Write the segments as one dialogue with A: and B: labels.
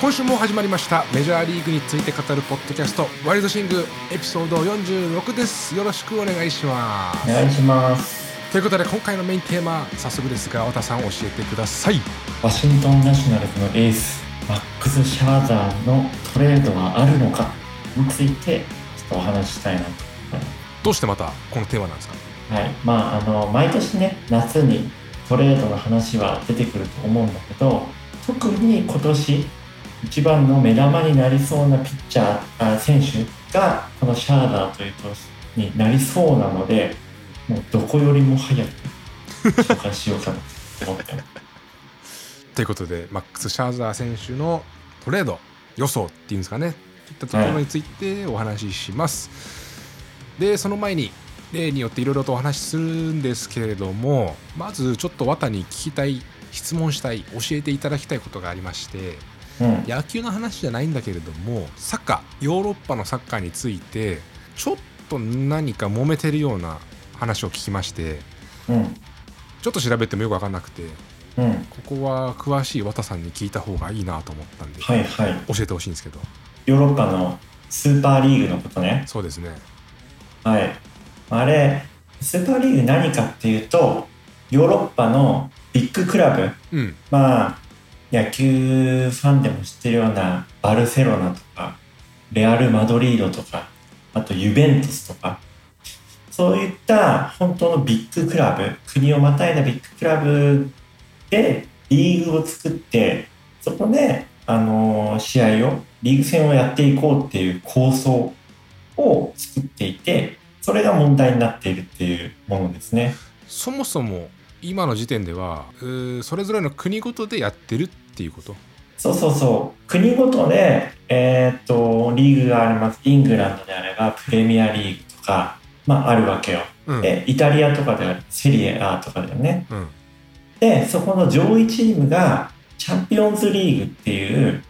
A: 今週も始まりましたメジャーリーグについて語るポッドキャストワイルドシングエピソード46ですよろしくお願いします
B: お願いします
A: ということで今回のメインテーマ早速ですが太田さん教えてください
B: ワシントンナショナルズのエースマックス・シャーザーのトレードはあるのかについてちょっとお話ししたいなと思います
A: どうしてまたこのテーマなんですか
B: はい、まああの毎年ね夏にトレードの話は出てくると思うんだけど特に今年一番の目玉になりそうなピッチャーあ選手がこのシャーダーという投手になりそうなのでもうどこよりも早く紹介しようかなと思ってます
A: ということでマックス・シャーザー選手のトレード予想っていうんですかねといったところについてお話しします、でその前に例によっていろいろとお話しするんですけれどもまずちょっと綿に聞きたい質問したい教えていただきたいことがありまして
B: うん
A: 野球の話じゃないんだけれどもサッカーヨーロッパのサッカーについてちょっと何か揉めてるような話を聞きまして
B: うん
A: ちょっと調べてもよく分かんなくて
B: うん
A: ここは詳しい綿さんに聞いた方がいいなと思ったんで、
B: はいはい
A: 教えてほしいんですけど
B: ヨーロッパのスーパーリーグのことね
A: そうですね
B: はい。あれ、スーパーリーグ何かっていうと、ヨーロッパのビッグクラブ、
A: うん
B: まあ、野球ファンでも知ってるようなバルセロナとか、レアル・マドリードとか、あとユベントスとか、そういった本当のビッグクラブ、国をまたいだビッグクラブでリーグを作って、そこで、あの試合を、リーグ戦をやっていこうっていう構想を作っていて、それが問題になっているっていうものですね。
A: そもそも今の時点ではうーそれぞれの国ごとでやってるっていうこと
B: そうそうそう国ごとで、えーっとリーグがありますイングランドであればプレミアリーグとか、まあ、あるわけよ
A: うん
B: でイタリアとかであるセリエ A とかだよね
A: うん
B: でそこの上位チームがチャンピオンズリーグっていう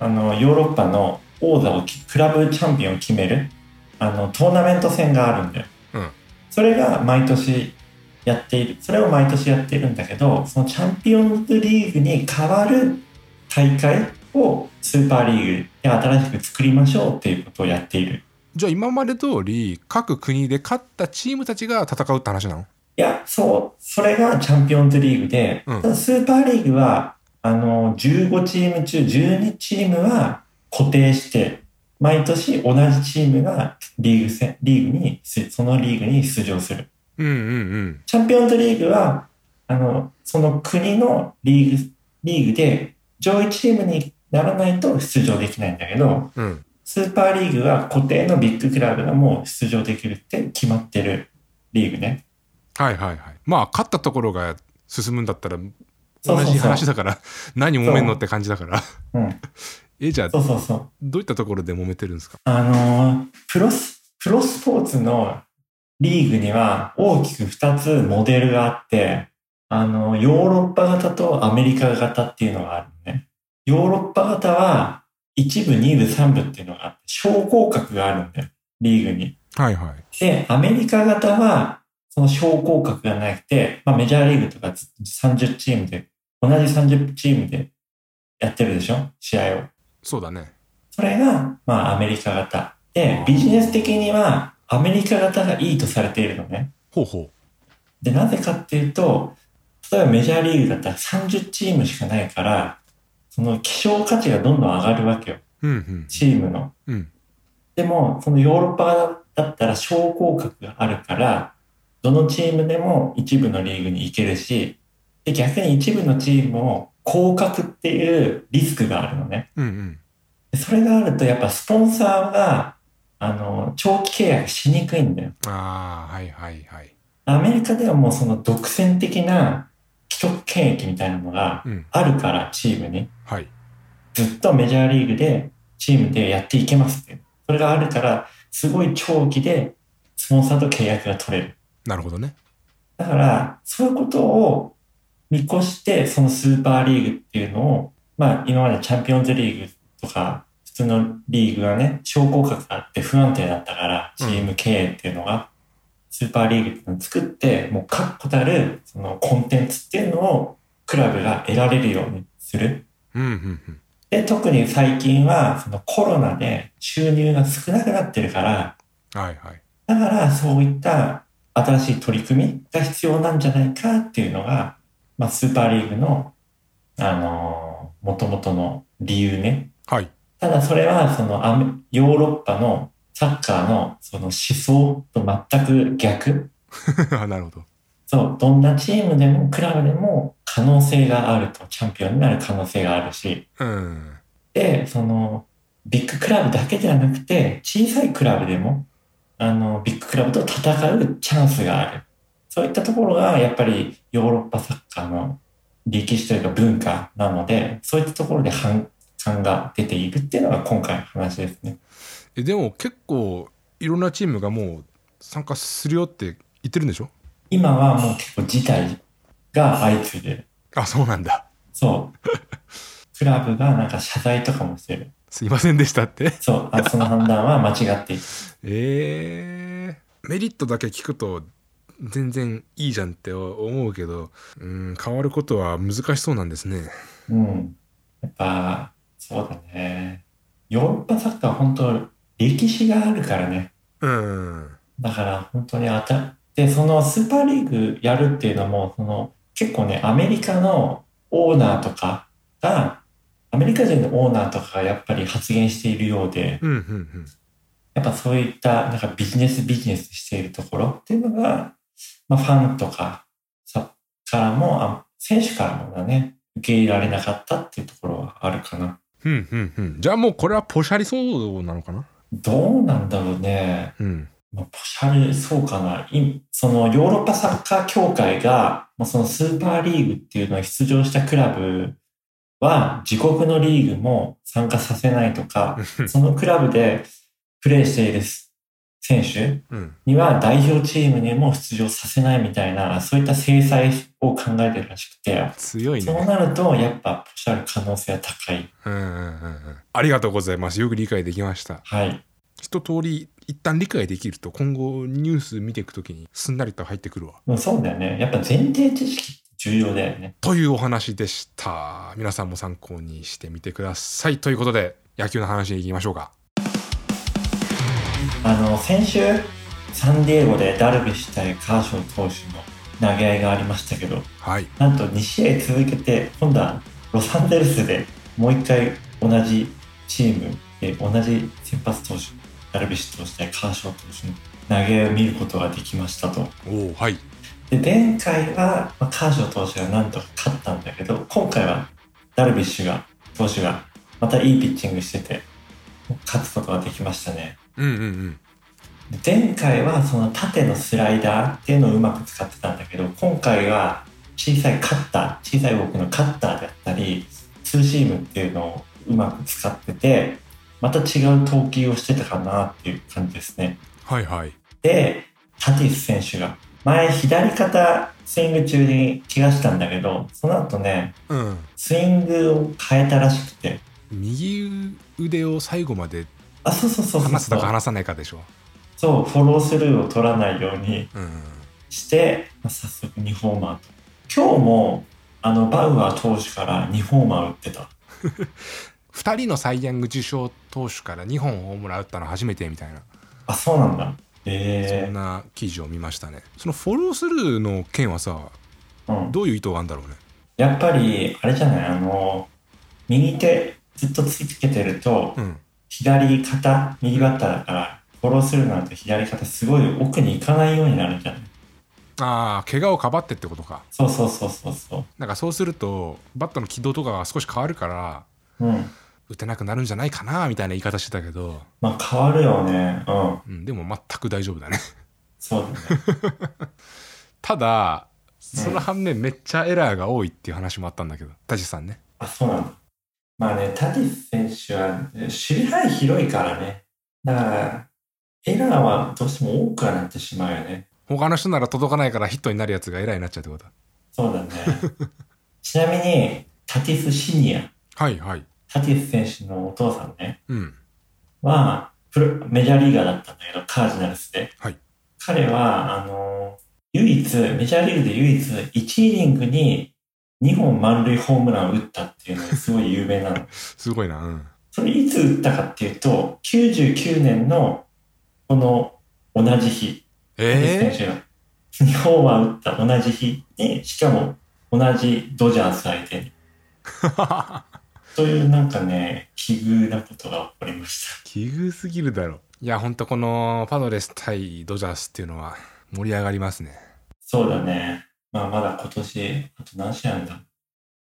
B: あのヨーロッパの王座をきクラブチャンピオンを決めるあのトーナメント戦があるんだよ、
A: うん
B: それが毎年やっているそれを毎年やっているんだけどそのチャンピオンズリーグに代わる大会をスーパーリーグで新しく作りましょうっていうことをやっている
A: じゃあ今まで通り各国で勝ったチームたちが戦うって話なの
B: いや、そう、それがチャンピオンズリーグで、
A: うん
B: ただスーパーリーグは、あの、15チーム中12チームは固定して、毎年同じチームがリーグ戦、リーグに、そのリーグに出場する。
A: うんうんうん
B: チャンピオンズリーグは、あの、その国のリーグ、リーグで上位チームにならないと出場できないんだけど、
A: うん
B: スーパーリーグは固定のビッグクラブがもう出場できるって決まってるリーグね。
A: はいはいはいまあ勝ったところが進むんだったら
B: そう
A: 同
B: そう
A: じ話だから 何揉めんのって感じだから
B: うん。
A: えじゃあ
B: そうそうそう。
A: どういったところで揉めてるんですか
B: あのープロス、プロスポーツのリーグには大きく2つモデルがあって、あの、ヨーロッパ型とアメリカ型っていうのがあるのね。ヨーロッパ型は1部、2部、3部っていうのがあって、昇降格があるんだよ。リーグに。
A: はいはい
B: で、アメリカ型は、その昇降格がなくて、まあメジャーリーグとかず30チームで、同じ30チームでやってるでしょ試合を。
A: そうだね
B: それが、まあ、アメリカ型。で、ビジネス的には、アメリカ型がいいとされているのね。
A: ほうほ
B: で、なぜかっていうと、例えばメジャーリーグだったら30チームしかないから、その希少価値がどんどん上がるわけよ。
A: ううん
B: チームの。
A: うんうん
B: でも、そのヨーロッパだったら昇降格があるから、どのチームでも一部のリーグに行けるし、で逆に一部のチームを降格っていうリスクがあるのね。
A: うんうん
B: それがあるとやっぱスポンサーがあの長期契約しにくいんだよ。
A: ああはいはいはい
B: アメリカではもうその独占的な既得権益みたいなのが
A: うん
B: あるからチームに
A: はい
B: ずっとメジャーリーグでチームでやっていけますって。それがあるからすごい長期でスポンサーと契約が取れる。
A: なるほどね
B: だからそういうことを見越してそのスーパーリーグっていうのをまあ今までチャンピオンズリーグとか普通のリーグはね昇降格があって不安定だったからチ
A: うん
B: ーム経営っていうのが、スーパーリーグっていうのを作ってもう確固たるそのコンテンツっていうのをクラブが得られるようにする
A: うんうんうん
B: で、特に最近は、そのコロナで収入が少なくなってるから、
A: はいはい。
B: だからそういった新しい取り組みが必要なんじゃないかっていうのが、まあ、スーパーリーグの、あのー、元々の理由ね。
A: はい。
B: ただそれは、そのアメ、ヨーロッパのサッカーのその思想と全く逆。
A: なるほど。
B: そう、どんなチームでもクラブでも可能性があると、チャンピオンになる可能性があるし、
A: うん。
B: で、その、ビッグクラブだけじゃなくて、小さいクラブでも、あの、ビッグクラブと戦うチャンスがある。そういったところが、やっぱりヨーロッパサッカーの歴史というか文化なので、そういったところで反感が出ているっていうのが今回の話ですね。
A: え、でも結構いろんなチームがもう参加するよって言ってるんでしょ
B: 今はもう結構事態が相次いでる。
A: あ、そうなんだ。
B: そう。クラブがなんか謝罪とかもしてる。
A: すいませんでしたって。
B: そう。あその判断は間違っている。
A: えー、メリットだけ聞くと全然いいじゃんって思うけどうん変わることは難しそうなんですね
B: うん。やっぱ、そうだね。ヨーロッパサッカーは本当、歴史があるからね。
A: うん
B: だから本当に当たって、そのスーパーリーグやるっていうのも、その結構ね、アメリカのオーナーとかが、アメリカ人のオーナーとかがやっぱり発言しているようで、
A: うんうんうん
B: やっぱそういったなんかビジネスビジネスしているところっていうのが、まあ、ファンとかさからも、あ選手からもだね、受け入れられなかったっていうところはあるかな。
A: うんうんうんじゃあもうこれはポシャリ騒動なのかな
B: どうなんだろうね。
A: うん
B: まあ、ポシャレ、そうかな。いそのヨーロッパサッカー協会が、まあ、そのスーパーリーグっていうのに出場したクラブは、自国のリーグも参加させないとか、そのクラブでプレーしている選手
A: うん
B: には代表チームにも出場させないみたいな、そういった制裁を考えてるらしくて、
A: 強い
B: そう
A: ね
B: なると、やっぱポシャる可能性は高い。
A: うんうんうんうんありがとうございますよく理解できました
B: はい。
A: 一通り一旦理解できると今後ニュース見ていくときにすんなりと入ってくるわ
B: うんそうだよね。やっぱ前提知識って重要だよね。
A: というお話でした皆さんも参考にしてみてくださいということで野球の話に行きましょうか
B: あの先週サンディエゴでダルビッシュ対カーショー投手の投げ合いがありましたけど
A: はい
B: なんと2試合続けて今度はロサンゼルスでもう1回同じチームで同じ先発投手ダルビッシュ投手対カーショー投手の投げ合いを見ることができましたと
A: おおはい
B: で前回は、まあ、カーショー投手がなんとか勝ったんだけど今回はダルビッシュが投手がまたいいピッチングしてて勝つことができましたね
A: うんうんうん
B: 前回はその縦のスライダーっていうのをうまく使ってたんだけど今回は小さいカッター小さい僕のカッターだったりツーシームっていうのをうまく使っててまた違う投球をしてたかなっていう感じですね
A: はいはい
B: でタティス選手が前左肩スイング中に怪我したんだけどその後ね
A: うん
B: スイングを変えたらしくて
A: 右腕を最後まで
B: あそうそうそうそう
A: 離す
B: そ
A: だか
B: う
A: 離さないかでしょ
B: そうフォロースルーを取らないように
A: うん
B: して、まあ早速2ホーマーと今日もあのバウアー投手から2ホーマー打ってた
A: 2人のサイ・ヤング受賞投手から2本ホームラン打ったの初めてみたいな、
B: あそうなんだ
A: そ
B: え
A: んな記事を見ましたねそのフォロースルーの件はさ
B: えうん、
A: どういう意図があるんだろうね
B: やっぱりあれじゃないあの右手ずっとつけてると、
A: うん
B: 左肩右バッターだからフォローするなんて左肩すごい奥に行かないようになるんじゃない
A: ああ怪我をかばってってことか
B: そうそうそうそうそ
A: なんかそうするとバットの軌道とかが少し変わるから
B: ううん
A: 打てなくなるんじゃないかなみたいな言い方してたけど、
B: まあ変わるよねうん
A: うん、でも全く大丈夫だね
B: そうだね
A: ただその反面めっちゃエラーが多いっていう話もあったんだけど田地さんね
B: あ、そうなんだ。まあね、タティス選手はえ守備範囲広いからね。だから、エラーはどうしても多くはなってしまうよね。
A: 他の人なら届かないからヒットになるやつがエラーになっちゃうってこと
B: そ うだね。ちなみに、タティスシニア、
A: はいはい
B: タティス選手のお父さんね、
A: うん
B: はプロ、メジャーリーガーだったんだけど、カージナルスで。
A: はい
B: 彼は、あの、唯一、メジャーリーグで唯一1イニングに2本満塁ホームランを打ったっていうのがすごい有名なの。
A: すごいな。うん。
B: それいつ打ったかっていうと、99年のこの同じ日、選
A: え
B: 手が2本は打った同じ日に、しかも同じドジャース相手に。
A: えー、
B: そういうなんかね、奇遇なことが起こりました。
A: 奇遇すぎるだろ。いや、ほんとこのパドレス対ドジャースっていうのは盛り上がりますね。
B: そうだね。まあまだ今年、あと何試合あるんだ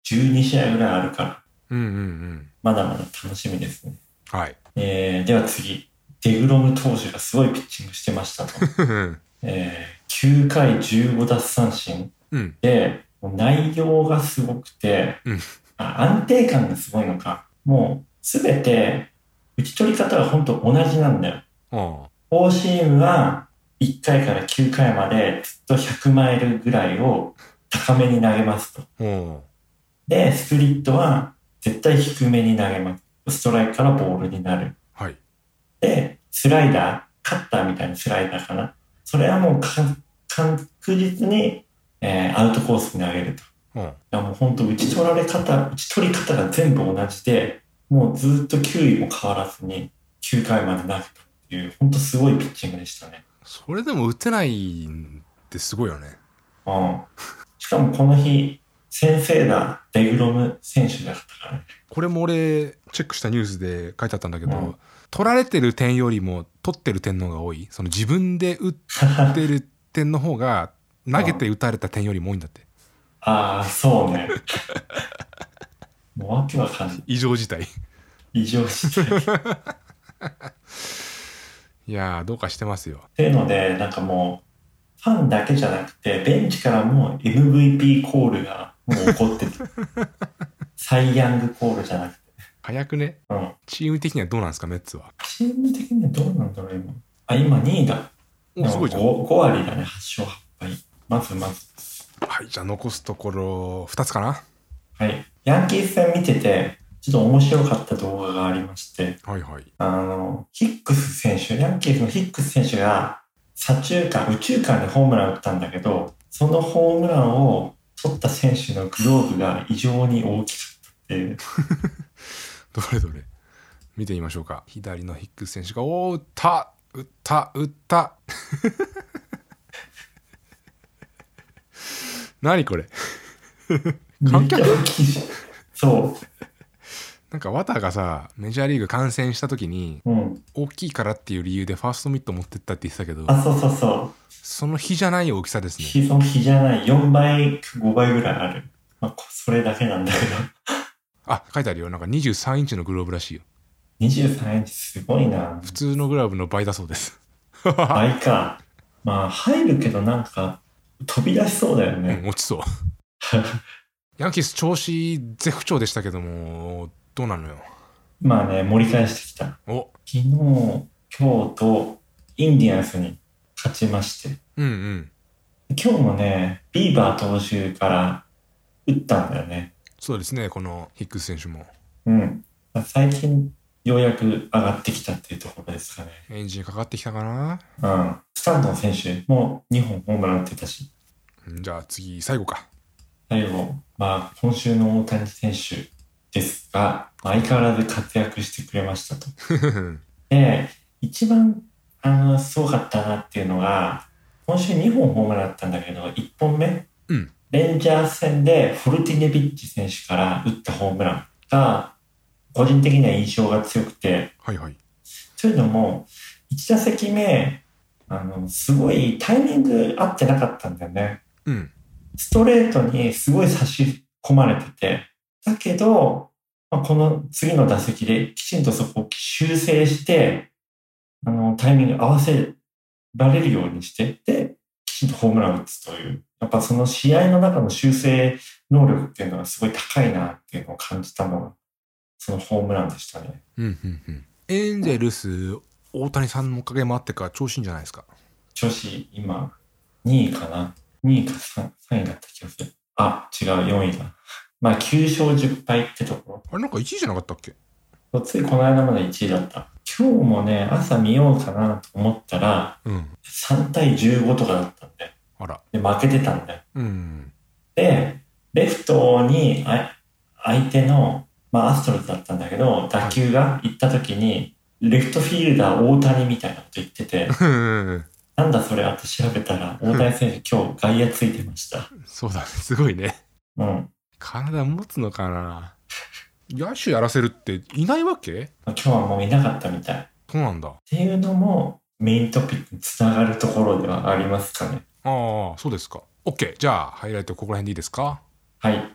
B: ?12 試合ぐらいあるから、
A: うんうんうん。
B: まだまだ楽しみですね。
A: はい。
B: えーでは次。デグロム投手がすごいピッチングしてましたと。えー9回15奪三振
A: うん。
B: で、もう内容がすごくて、
A: うん
B: あ安定感がすごいのか。もうすべて打ち取り方が本当同じなんだよ。
A: あ
B: フォーシームは1回から9回までずっと100マイルぐらいを高めに投げますと。
A: あ。お
B: で、スプリットは絶対低めに投げます。ストライクからボールになる。
A: はい。
B: で、スライダー、カッターみたいなスライダーかな。それはもうか確実に、えーアウトコースに投げると。
A: うん。
B: いやもう本当打ち取られ方、打ち取り方が全部同じで、もうずっと球威も変わらずに9回まで投げたっていう、本当すごいピッチングでしたね。
A: それでも打てないってすごいよね。
B: うん。しかもこの日、先生だ、デグロム選手だったからね。
A: これも俺チェックしたニュースで書いてあったんだけど、
B: うん
A: 取られてる点よりも取ってる点の方が多いその自分で打ってる点の方が投げて打たれた点よりも多いんだって
B: ああ、そうね。もうわけわかんない。
A: 異常事態
B: 異常事態。っ
A: いやーどうかしてますよ
B: ていうので、なんかもう、ファンだけじゃなくて、ベンチからも MVP コールがもう起こってて。サイ・ヤングコールじゃなくて。
A: 早くね
B: うん。
A: チーム的にはどうなんですかメッツは
B: チーム的にはどうなんだろう、今。あ、今2位だ。
A: おすごいじゃん
B: 5, 割だね、8勝8敗。まずまず。
A: はいじゃあ残すところ2つかな
B: はい。ヤンキース戦見てて、ちょっと面白かった動画がありまして、
A: はいはい
B: あの、ヒックス選手、ヤンキースのヒックス選手が、左中間、右中間でホームラン打ったんだけど、そのホームランを取った選手のグローブが異常に大きかったっていう。
A: どれどれ見てみましょうか左のヒックス選手がおー打った打った打った 何これ
B: め
A: 観
B: っち
A: 客
B: ゃ大きいし。そ
A: なんかワタがさメジャーリーグ観戦した時に
B: う。うん。
A: 大きいからっていう理由でファーストミット持ってったって言ってたけど
B: あ、そうそうそう。
A: その比じゃない大きさですね
B: 日の日じゃない4倍5倍ぐらいある、まあ、こそれだけなんだけど
A: あ書いてあるよなんか23インチのグローブらしいよ
B: 23インチすごいな
A: 普通のグラブの倍だそうです
B: 倍かまあ入るけどなんか飛び出しそうだよ
A: う
B: ね、
A: ん落ちそうヤンキース調子絶不調でしたけどもどうなのよ
B: まあね盛り返してきた昨
A: お
B: 日今日とインディアンスに勝ちまして
A: うんうん
B: 今日もねビーバー投手から打ったんだよね
A: そうですねこのヒックス選手も
B: うんまあ最近ようやく上がってきたっていうところですかね
A: エンジンかかってきたかな
B: うんスタンドン選手も2本ホームラン打ってたし
A: うんじゃあ次最後か
B: 最後、まあ、今週の大谷選手ですが、まあ相変わらず活躍してくれましたと。で、一番、あの、すごかったなっていうのが、今週2本ホームランだったんだけど、1本目、
A: うん
B: レンジャーズ戦でフォルティネビッチ選手から打ったホームランが、個人的には印象が強くて、
A: はいはい
B: というのも、1打席目、あの、すごいタイミング合ってなかったんだよね。
A: うん
B: ストレートにすごい差し込まれてて、だけど、まあ、この次の打席できちんとそこを修正して、あの、タイミング合わせられるようにして、で、きちんとホームランを打つという、やっぱその試合の中の修正能力っていうのがすごい高いなっていうのを感じたのが、そのホームランでしたね。
A: うんうんうんエンゼルス大谷さんのおかげもあってか調子いいんじゃないですか
B: 調子、今、2位かな ?2 位か 3, 位だった気がする。あ、違う、4位だ。まあ、9勝10敗ってところ。
A: あれなんか1位じゃなかったっけ
B: ついこの間まで1位だった。今日もね、朝見ようかなと思ったら、
A: うん
B: 3対15とかだったんで、
A: あら
B: で負けてたんで。
A: うん
B: で、レフトろにあ相手の、まあ、アストロズだったんだけど打球が行った時にレフトフィールダー大谷みたいなこと言ってて
A: うん
B: なんだそれあと調べたら大谷選手今日外野ついてました。
A: そうだねすごいね
B: うん
A: 体持つのかな野手やらせるっていないわけ
B: 今日はもういなかったみたい。っ
A: そうなんだあ
B: ていうのもメイントピックにつながるところではありますかね。
A: あそうですか OK じゃあハイライトここら辺でいいですか
B: はい。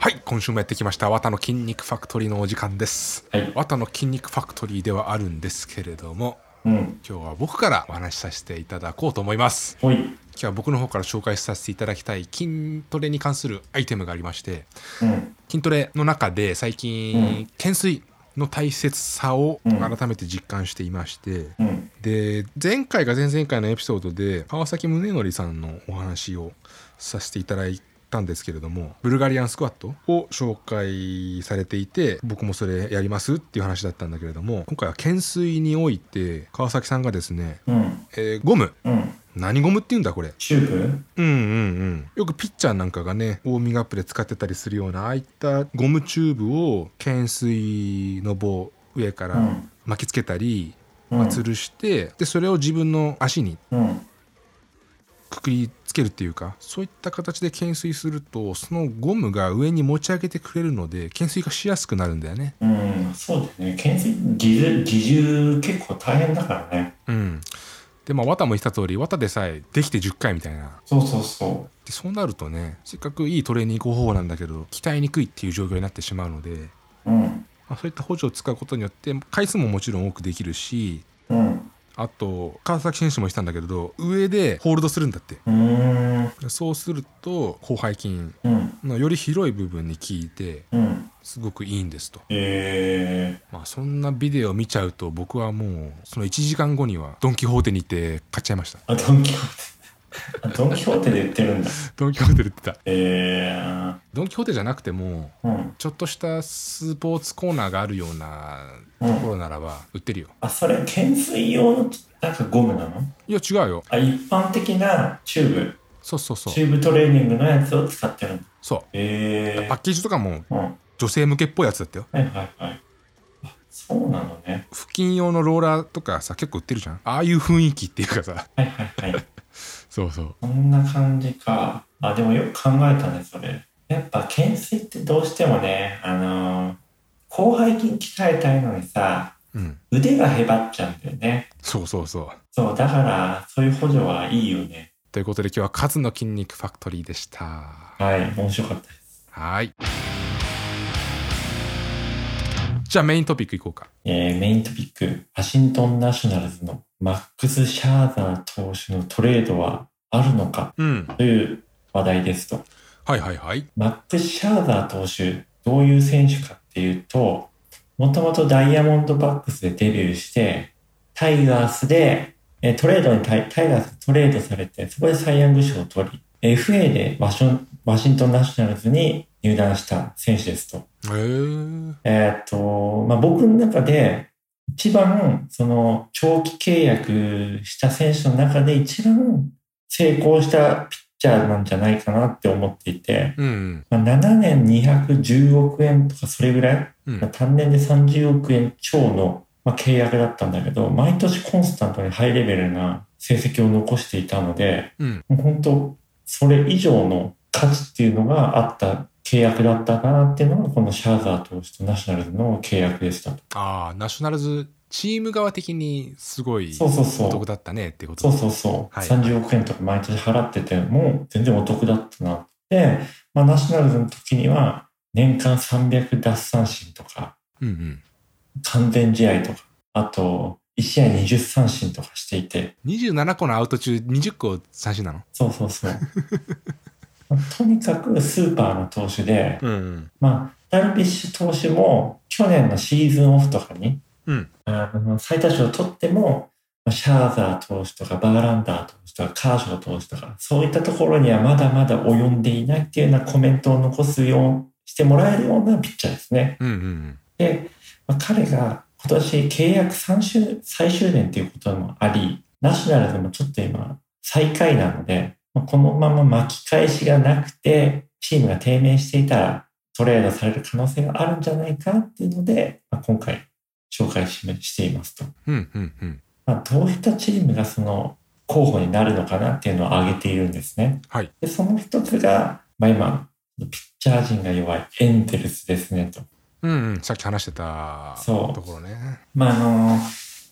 A: はい今週もやってきました「綿の筋肉ファクトリー」のお時間です
B: はい。
A: 綿の筋肉ファクトリーではあるんですけれども
B: うん。
A: 今日は僕からお話しさせていただこうと思います
B: ほい。
A: 今日は僕の方から紹介させていただきたい筋トレに関するアイテムがありまして
B: うん。
A: 筋トレの中で最近、
B: うん
A: 懸垂の大切さを
B: うん
A: 改めて実感していまして、
B: うん。
A: で前回が前々回のエピソードで川崎宗則さんのお話をさせていただいたんですけれどもブルガリアンスクワットを紹介されていて僕もそれやりますっていう話だったんだけれども今回は懸垂において川崎さんがですね、
B: うん。
A: えーゴム
B: うん。
A: 何ゴムっていうんだこれ
B: チューブ
A: うんうんうん、よくピッチャーなんかがねウォーミングアップで使ってたりするようなああいったゴムチューブを懸垂の棒上か
B: う
A: ら
B: ん。
A: 巻きつけたり、
B: うん
A: まあ吊るして、でそれを自分の足に
B: うん。
A: くくりつけるっていうかそういった形で懸垂するとそのゴムが上に持ち上げてくれるので懸垂がしやすくなるんだよね。
B: うん。そうだよね。建設、技術、技術結構大変だからね。
A: うん、でまあ綿も言ってた通り綿でさえできて10回みたいな
B: そうそうそ
A: でそうなるとねせっかくいいトレーニング方法なんだけど鍛えにくいっていう状況になってしまうので。
B: う。うん。
A: まあ、そういった補助を使うことによって回数ももちろん多くできるし
B: うん。
A: あと川崎選手も言ってたんだけど上でホールドするんだって
B: うーん。
A: そうすると広背筋
B: うん。
A: のより広い部分に効いて
B: うん。
A: すごくいいんですと、
B: え
A: まあ、そんなビデオを見ちゃうと僕はもうその1時間後にはドン・キホーテに行って買っちゃいました
B: ー。あ、ドンキホーテ。あ、ドンキホーテで売ってるんだ。
A: ドン・キホーテで売ってた
B: えー。
A: ドン・キホーテじゃなくても
B: うん。
A: ちょっとしたスポーツコーナーがあるようなところならば売ってるよ
B: あ、それ、懸垂用の、なんかゴムなの
A: いや違うよ
B: あ、一般的なチュー
A: そうそうそ
B: ブ。
A: う
B: チューブトレーニングのやつを使ってるんだ。
A: そ
B: え
A: うパ
B: ー。
A: ッケージとかも
B: うん。はい
A: 女性向けっぽいやつだったよ
B: はいはい。あ、そうなのね。
A: 付近用のローラーとかさ結構売ってるじゃんああいう雰囲気っていうか さ
B: はいはいはい。
A: そうそう
B: そんな感じか。あ、でもよく考えたね、それ。やっぱ、懸垂ってどうしてもね、あのー、広背筋鍛えたいのにさ、
A: うん
B: 腕がへばっちゃうんだよね。
A: そうそうそう
B: そう、だから、そういう補助はいいよね。
A: ということで今日は「数の筋肉ファクトリー」でした
B: はい、面白かったです。
A: はいじゃあメイントピックいこうか
B: えーメイントピック、ワシントンナショナルズのマックス・シャーザー投手のトレードはあるのか
A: うん
B: という話題ですと。
A: はいはいはい
B: マックス・シャーザー投手、どういう選手かっていうと、もともとダイヤモンドバックスでデビューして、タイガースで、えートレードにタイ、タイガースにトレードされて、そこでサイ・ヤング賞を取り、FA でワションワシントン・ナショナルズに入団した選手ですと。
A: へえー、
B: えーっと、まあ、僕の中で、一番、その、長期契約した選手の中で一番成功したピッチャーなんじゃないかなって思っていて、
A: うん
B: まあ、7年210億円とかそれぐらい、
A: うん
B: まあ単年で30億円超の、まあ、契約だったんだけど、毎年コンスタントにハイレベルな成績を残していたので、
A: うん
B: もう本当、それ以上の価値っていうのがあった契約だったかなっていうのが、このシャーザー投手とナショナルズの契約でしたと。
A: ああナショナルズチーム側的にすごい
B: そうそうそ
A: お
B: う
A: 得だったねってこと
B: そうそうそう。
A: はい
B: 30億円とか毎年払ってても、全然お得だったな。で、まあ、ナショナルズの時には、年間300奪三振とか、
A: うんうん
B: 完全試合とか、あと、1試合20三振とかしていて、
A: 27個のアウト中20個三振なの
B: そうそ うそう。まあとにかくスーパーの投手で、
A: うんうん
B: まあ、ダルビッシュ投手も、去年のシーズンオフとかに、
A: うん
B: あの最多勝を取っても、まあシャーザー投手とか、バーランダー投手とか、カーショー投手とか、そういったところにはまだまだ及んでいないっていうようなコメントを残すよう、してもらえるようなピッチャーですね。
A: うんうん
B: で、まあ彼が今年契約3周最終年ということもあり、ナショナルでもちょっと今、最下位なので、まあこのまま巻き返しがなくて、チームが低迷していたら、トレードされる可能性があるんじゃないかっていうので、まあ今回、紹介ししていますと。
A: うんうんうん
B: まあ、どういったチームがその候補になるのかなっていうのを挙げているんですね。
A: はい
B: でその一つが、まあ、今、ピッチャー陣が弱いエンゼルスですねと。
A: うんうんさっき話してた
B: そう
A: ところね
B: まあ、あの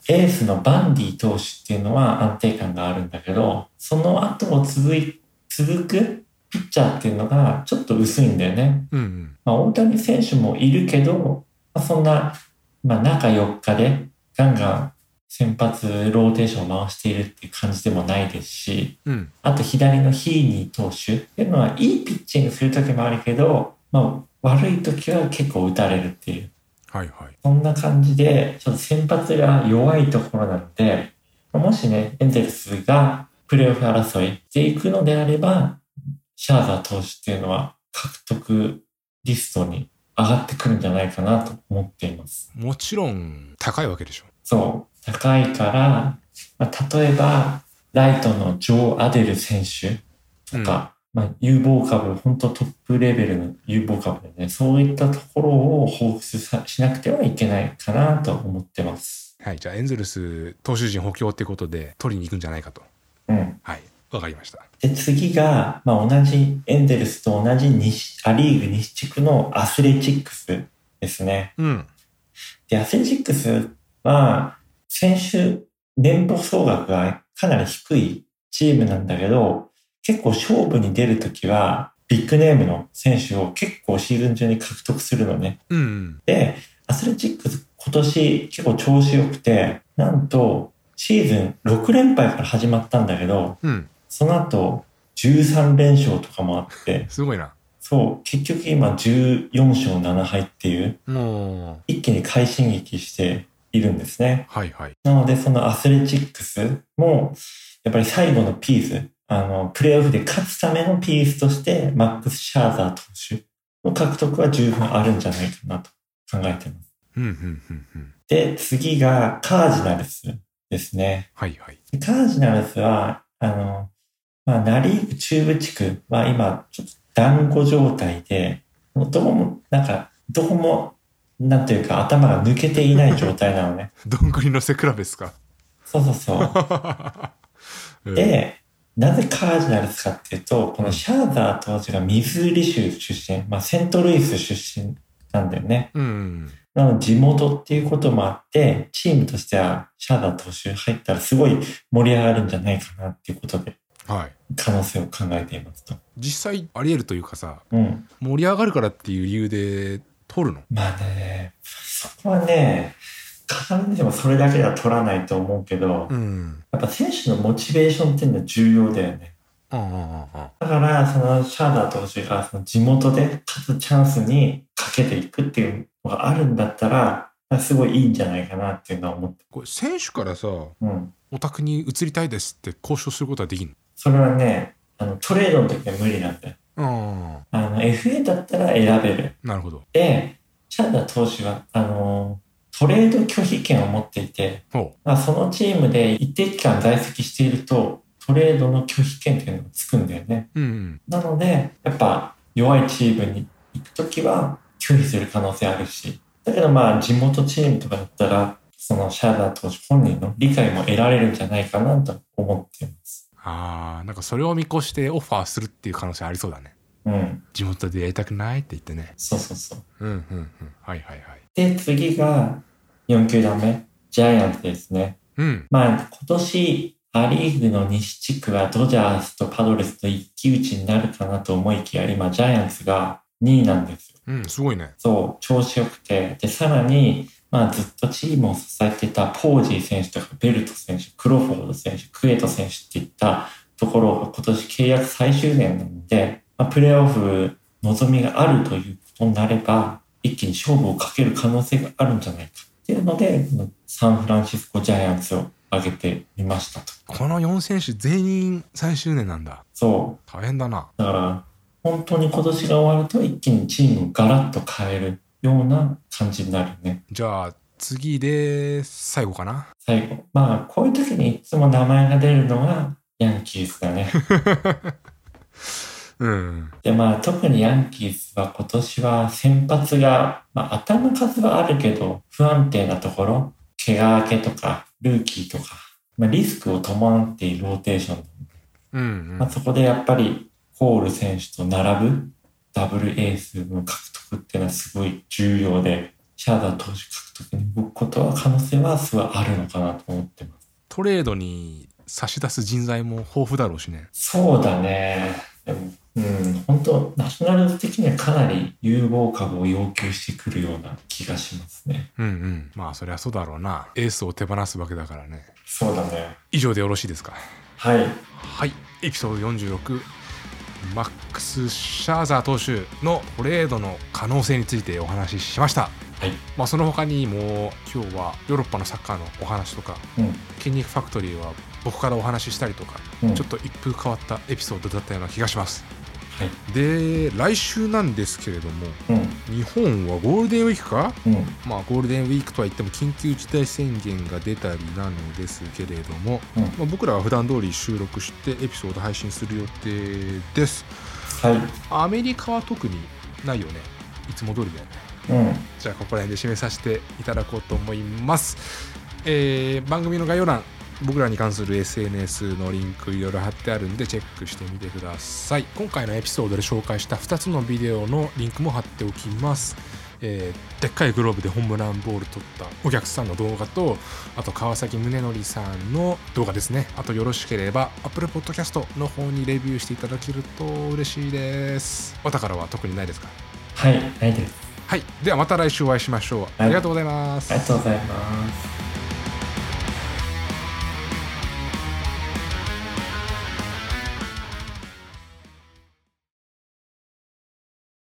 B: エースのバンディ投手っていうのは安定感があるんだけどその後を続い続くピッチャーっていうのがちょっと薄いんだよね。
A: うんうん
B: まあ、大谷選手もいるけど、まあ、そんな、まあ、中4日でガンガン先発ローテーションを回しているっていう感じでもないですし
A: うん
B: あと左のヒーニー投手っていうのはいいピッチングする時もあるけど、まあ、悪い時は結構打たれるっていう
A: はいはい
B: そんな感じでちょっと先発が弱いところなのでもしねエンゼルスがプレーオフ争いでいくのであればシャーザー投手っていうのは獲得リストに上がってくるんじゃないかなと思っています。
A: もちろん高いわけでしょ
B: そう高いから、まあ、例えばライトのジョー・アデル選手とか、まあ、有望株、本当トップレベルの有望株でね、そういったところを放出さしなくてはいけないかなと思ってます。
A: はいじゃあエンゼルス投手陣補強ってことで取りに行くんじゃないかと
B: うん。
A: はいわかりました
B: で、次が、まあ、同じ、エンゼルスと同じ西、アリーグ西地区のアスレチックスですね。
A: うん
B: で、アスレチックスは、先週、年俸総額がかなり低いチームなんだけど、結構勝負に出るときは、ビッグネームの選手を結構シーズン中に獲得するのね。
A: うんうん
B: で、アスレチックス今年結構調子良くて、なんとシーズン6連敗から始まったんだけど、
A: うん
B: その後13連勝とかもあって、
A: すごいな
B: そう、結局今14勝7敗っていう、
A: もう
B: 一気に快進撃しているんですね。
A: はいはい
B: なのでそのアスレチックスも、やっぱり最後のピース、あの、プレーオフで勝つためのピースとして、マックス・シャーザー投手の獲得は十分あるんじゃないかなと考えてます。
A: うんうんうんうん
B: で、次がカージナルスですね。
A: はいはい
B: カージナルスは、あの、まあ、ナリーグ中部地区は今、ちょっと団子状態で、もうどこも、なんか、どこも、なんというか頭が抜けていない状態なのね。
A: どんぐりの背比べですか
B: そうそうそう。
A: うん
B: で、なぜカージナルスかっていうと、このシャーザー当時がミズーリ州出身、まあ、セントルイス出身なんだよね。
A: うん
B: なので地元っていうこともあって、チームとしてはシャーダー投手入ったらすごい盛り上がるんじゃないかなっていうことで、
A: はい
B: 可能性を考えていますと。
A: 実際あり得るというかさ
B: うん。
A: 盛り上がるからっていう理由で取るの
B: まあね、そこはね、必ずしもそれだけでは取らないと思うけど、
A: ん
B: やっぱ選手のモチベーションっていうのは重要だよね。
A: ああああ
B: だから、そのシャーダー投手がその地元で勝つチャンスにかけていくっていうのがあるんだったら、すごいいいんじゃないかなっていうのは思って。
A: これ選手からさお
B: うん。
A: 宅に移りたいですって交渉することはできん
B: それはね、あのトレードの時は無理なんだよ。
A: のあ
B: あの、FA だったら選べる。
A: あなるほど
B: で、チャンダ投手は、あの、トレード拒否権を持っていて、
A: ほ
B: まあ、そのチームで一定期間在籍していると、トレードの拒否権っていうのがつくんだよね。
A: ううん
B: なので、やっぱ弱いチームに行くときは拒否する可能性あるし、だけどまあ地元チームとかだったら、そのシャーダー投手本人の理解も得られるんじゃないかなと思っています。
A: ああなんかそれを見越してオファーするっていう可能性ありそうだね
B: うん。
A: 地元でやりたくないって言ってね
B: そうそうそう。
A: うんうんうんはいはいはい
B: で、次が4球団目、ジャイアンツですね。
A: うん
B: まあ、今年、ア・リーグの西地区はドジャースとパドレスと一騎打ちになるかなと思いきや、今、ジャイアンツが2位なんですよ。
A: うんすごいね
B: そう、調子良くて。で、さらに、まあ、ずっとチームを支えていたポージー選手とか、ベルト選手、クロフォード選手、クエト選手っていったところが今年契約最終年なので、まあ、プレーオフ望みがあるということになれば、一気に勝負をかける可能性があるんじゃないかっていうので、このサンフランシスコジャイアンツを挙げてみましたと。
A: この4選手全員最終年なんだ
B: そ
A: 大変だな
B: う。だから、本当に今年が終わると一気にチームをガラッと変えるような感じになるね。
A: じゃあ次で最後かな。
B: 最後。まあ、こういう時にいつも名前が出るのがヤンキースだ ね。
A: うん。
B: で、まあ、特にヤンキースは今年は先発が、まあ、頭数はあるけど、不安定なところ、怪我明けとか、ルーキーとか、まあ、リスクを伴っているローテーション。
A: うん、う
B: まあ、
A: ん。
B: そこでやっぱり、コール選手と並ぶダブルエースの獲得っていうのはすごい重要で、シャーザー投手獲得に動くことは可能性はすごいあるのかなと思ってます。
A: トレードに差し出す人材も豊富だろうしね。
B: そうだね。でも、うん、本当ナショナルズ的にはかなり有望株を要求してくるような気がしますね。
A: うんうん。まあ、そりゃそうだろうな。エースを手放すわけだからね。
B: そうだね。
A: 以上でよろしいですか。
B: はい。
A: はい、エピソード46マックス・シャーザー投手のトレードの可能性についてお話ししました、
B: はい。
A: まあ、その他にも今日はヨーロッパのサッカーのお話とか
B: うん。
A: 筋肉ファクトリーは僕からお話ししたりとか、
B: うん
A: ちょっと一風変わったエピソードだったような気がします
B: はい。
A: で来週なんですけれども
B: うん。
A: 日本はゴールデンウィークか
B: うん。
A: まあゴールデンウィークとは言っても緊急事態宣言が出たりなのですけれども、
B: うん。
A: まあ、僕らは普段通り収録してエピソード配信する予定です
B: は
A: アメリカは特にないよねいつも通りだよね
B: い。うん。
A: じゃあここら辺で締めさせていただこうと思います、えー番組の概要欄僕らに関する SNS のリンクいろいろ貼ってあるんでチェックしてみてください今回のエピソードで紹介した2つのビデオのリンクも貼っておきますえーでっかいグローブでホームランボール取ったお客さんの動画とあと川崎宗則さんの動画ですねあとよろしければ Apple Podcast の方にレビューしていただけると嬉しいですお宝は特にないですか
B: はい。ないです。
A: はい、ではまた来週お会いしましょう。ありがとうございます。
B: ありがとうございます。